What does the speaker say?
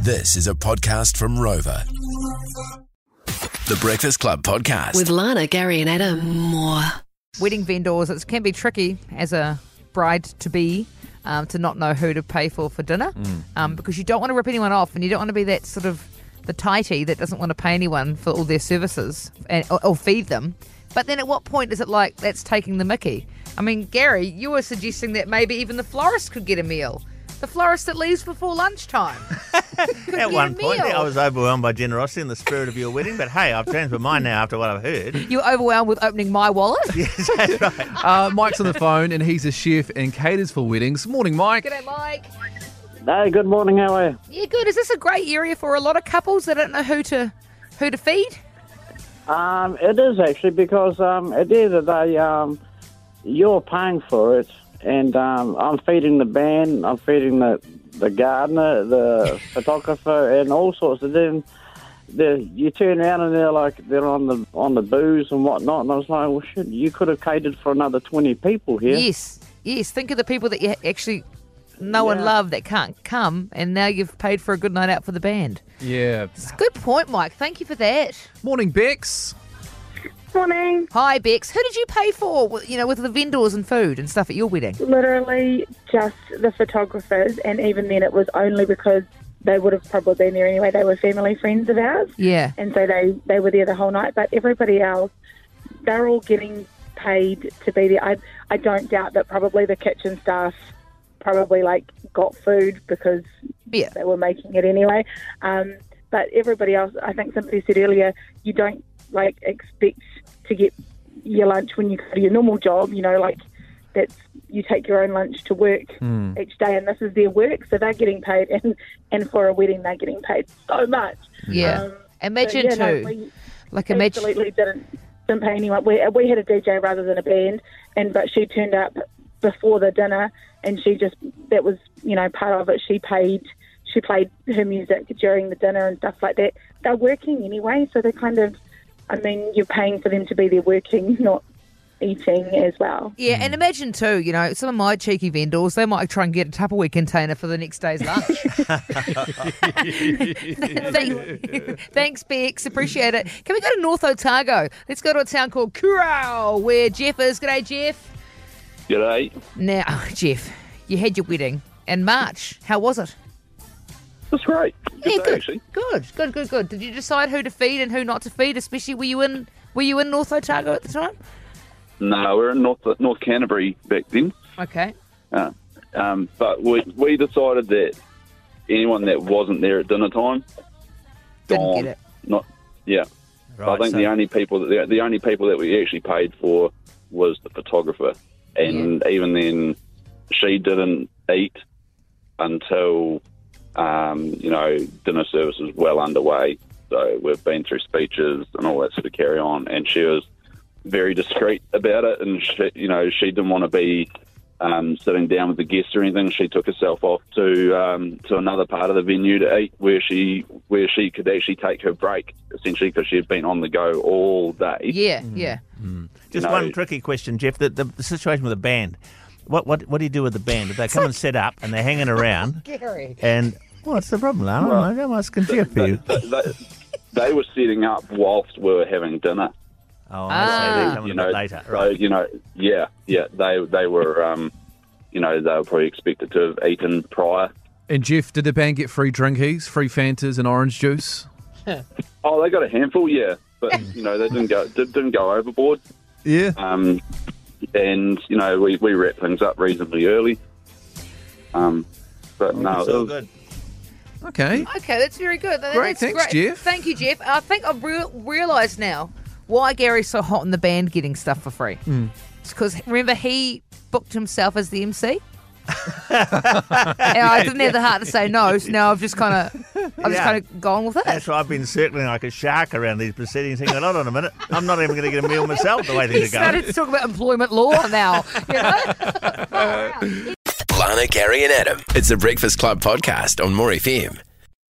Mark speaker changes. Speaker 1: This is a podcast from Rover. The Breakfast Club Podcast.
Speaker 2: With Lana, Gary, and Adam Moore.
Speaker 3: wedding vendors, it can be tricky as a bride to be um, to not know who to pay for for dinner
Speaker 4: Mm.
Speaker 3: um, because you don't want to rip anyone off and you don't want to be that sort of the tighty that doesn't want to pay anyone for all their services and, or, or feed them. But then at what point is it like that's taking the mickey? I mean, Gary, you were suggesting that maybe even the florist could get a meal. The florist that leaves before lunchtime.
Speaker 4: At
Speaker 3: get
Speaker 4: one
Speaker 3: a
Speaker 4: point,
Speaker 3: meal.
Speaker 4: I was overwhelmed by generosity and the spirit of your wedding, but hey, I've changed my mind now after what I've heard.
Speaker 3: You're overwhelmed with opening my wallet?
Speaker 5: Uh, Mike's on the phone, and he's a chef and caters for weddings. Morning, Mike.
Speaker 3: G'day, Mike.
Speaker 6: Hey, good morning. How are you?
Speaker 3: Yeah, good. Is this a great area for a lot of couples that don't know who to who to feed?
Speaker 6: Um, it is actually because um, at the end of the day, um, you're paying for it, and um, I'm feeding the band, I'm feeding the the gardener, the photographer, and all sorts. And then the, you turn around and they're like they're on the on the booze and whatnot. And I was like, well, shit, you could have catered for another twenty people here.
Speaker 3: Yes, yes. Think of the people that you actually know and
Speaker 6: Yeah.
Speaker 3: love that can't come, and now you've paid for a good night out for the band.
Speaker 5: Yeah.
Speaker 3: It's a good point, Mike. Thank you for that.
Speaker 5: Morning, Bex.
Speaker 7: morning.
Speaker 3: Hi, Bex. Who did you pay for? w- You know, with the vendors and food and stuff at your wedding.
Speaker 7: Literally just the photographers, and even then, it was only because they would have probably been there anyway. They were family friends of ours,
Speaker 3: Yeah.
Speaker 7: and so they they were there the whole night. But everybody else, they're all getting paid to be there. I I don't doubt that probably the kitchen staff probably like got food because
Speaker 3: Yeah.
Speaker 7: they were making it anyway. Um, but everybody else, I think somebody said earlier, you don't like expect to get your lunch when you go to your normal job. You know, like that's you take your own lunch to work each day, and this is their work, so they're getting paid. And and for a wedding, they're getting paid so much.
Speaker 3: Yeah.
Speaker 7: Um, so,
Speaker 3: imagine
Speaker 7: yeah, no,
Speaker 3: too.
Speaker 7: we
Speaker 3: like imagine.
Speaker 7: absolutely didn't didn't pay anyone. We we had a DJ rather than a band, and but she turned up before the dinner, and she just that was you know part of it. She paid. She played her music during the dinner and stuff like that. They're working anyway, so they're kind of. I mean, you're paying for them to be there working, not eating as well.
Speaker 3: Yeah, and imagine too, you know, some of my cheeky vendors, they might try and get a Tupperware container for the next day's lunch. Thank- Thanks, Bex. Appreciate it. Can we go to North Otago? Let's go to a town called Curral, where Jeff is. G'day, Jeff.
Speaker 8: G'day.
Speaker 3: Now, Jeff, you had your wedding in March. How was it?
Speaker 8: That's great. Good day,
Speaker 3: good.
Speaker 8: actually.
Speaker 3: Good, good, good, good. Did you decide who to feed and who not to feed? Especially, were you in were you in North Otago at the time?
Speaker 8: No, we're in North North Canterbury back then,
Speaker 3: Okay.
Speaker 8: uh, um, but we we decided that anyone that wasn't there at dinner time,
Speaker 3: Didn't
Speaker 8: gone.
Speaker 3: get it.
Speaker 8: Not yeah. I think
Speaker 4: so-
Speaker 8: the only people that the, the only people that we actually paid for was the photographer, and even then, she didn't eat until um, you know dinner service was well underway. So we've been through speeches and all that sort of carry on, and she was very discreet about it, and she, you know she didn't want to be. Um, sitting down with the guests or anything, she took herself off to um, to another part of the venue to eat, where she where she could actually take her break, essentially because she had been on the go all day.
Speaker 3: Yeah, yeah.
Speaker 4: Just
Speaker 8: No.
Speaker 4: one tricky question, Jeff. The, the, the situation with the band. What, what what do you do with the band? If they come and set up and they're hanging around,
Speaker 3: Gary.
Speaker 4: and what's the problem, Lana? I'm, I'm asking Jeff for
Speaker 8: They,
Speaker 4: you.
Speaker 8: they, they were setting up whilst we were having dinner.
Speaker 4: Oh, I see.
Speaker 3: Ah.
Speaker 4: They're coming
Speaker 8: You
Speaker 4: a
Speaker 8: know,
Speaker 4: bit later.
Speaker 8: so
Speaker 4: Right.
Speaker 8: you know, yeah, yeah. They they were, um, you know, they were probably expected to have eaten prior.
Speaker 5: And Jeff, did the band get free drinkies, free Fantas, and orange juice?
Speaker 8: Oh, they got a handful, yeah, but you know, they didn't go did, didn't go overboard.
Speaker 5: Yeah.
Speaker 8: Um, and you know, we we wrapped things up reasonably early. Um, but no,
Speaker 4: Oh, It's
Speaker 8: it
Speaker 4: all
Speaker 8: was-
Speaker 4: good.
Speaker 5: Okay.
Speaker 3: Okay, that's very good. That-
Speaker 5: Great,
Speaker 3: that's
Speaker 5: thanks, Jeff.
Speaker 3: Thank you, Jeff. I think I've re- realised now why Gary's so hot in the band getting stuff for free.
Speaker 5: Hmm.
Speaker 3: It's because, remember, he booked himself as the MC? and I didn't have the heart to say no, so now I've just kind of, I've just
Speaker 4: Yeah.
Speaker 3: kind of gone with it.
Speaker 4: That's why I've been circling like a shark around these proceedings, thinking, hold on a minute, I'm not even going to get a meal myself the way
Speaker 3: he
Speaker 4: things are going.
Speaker 3: started to talk about employment law now. You know?
Speaker 1: Lana, Gary, and Adam. It's the Breakfast Club Podcast on More FM.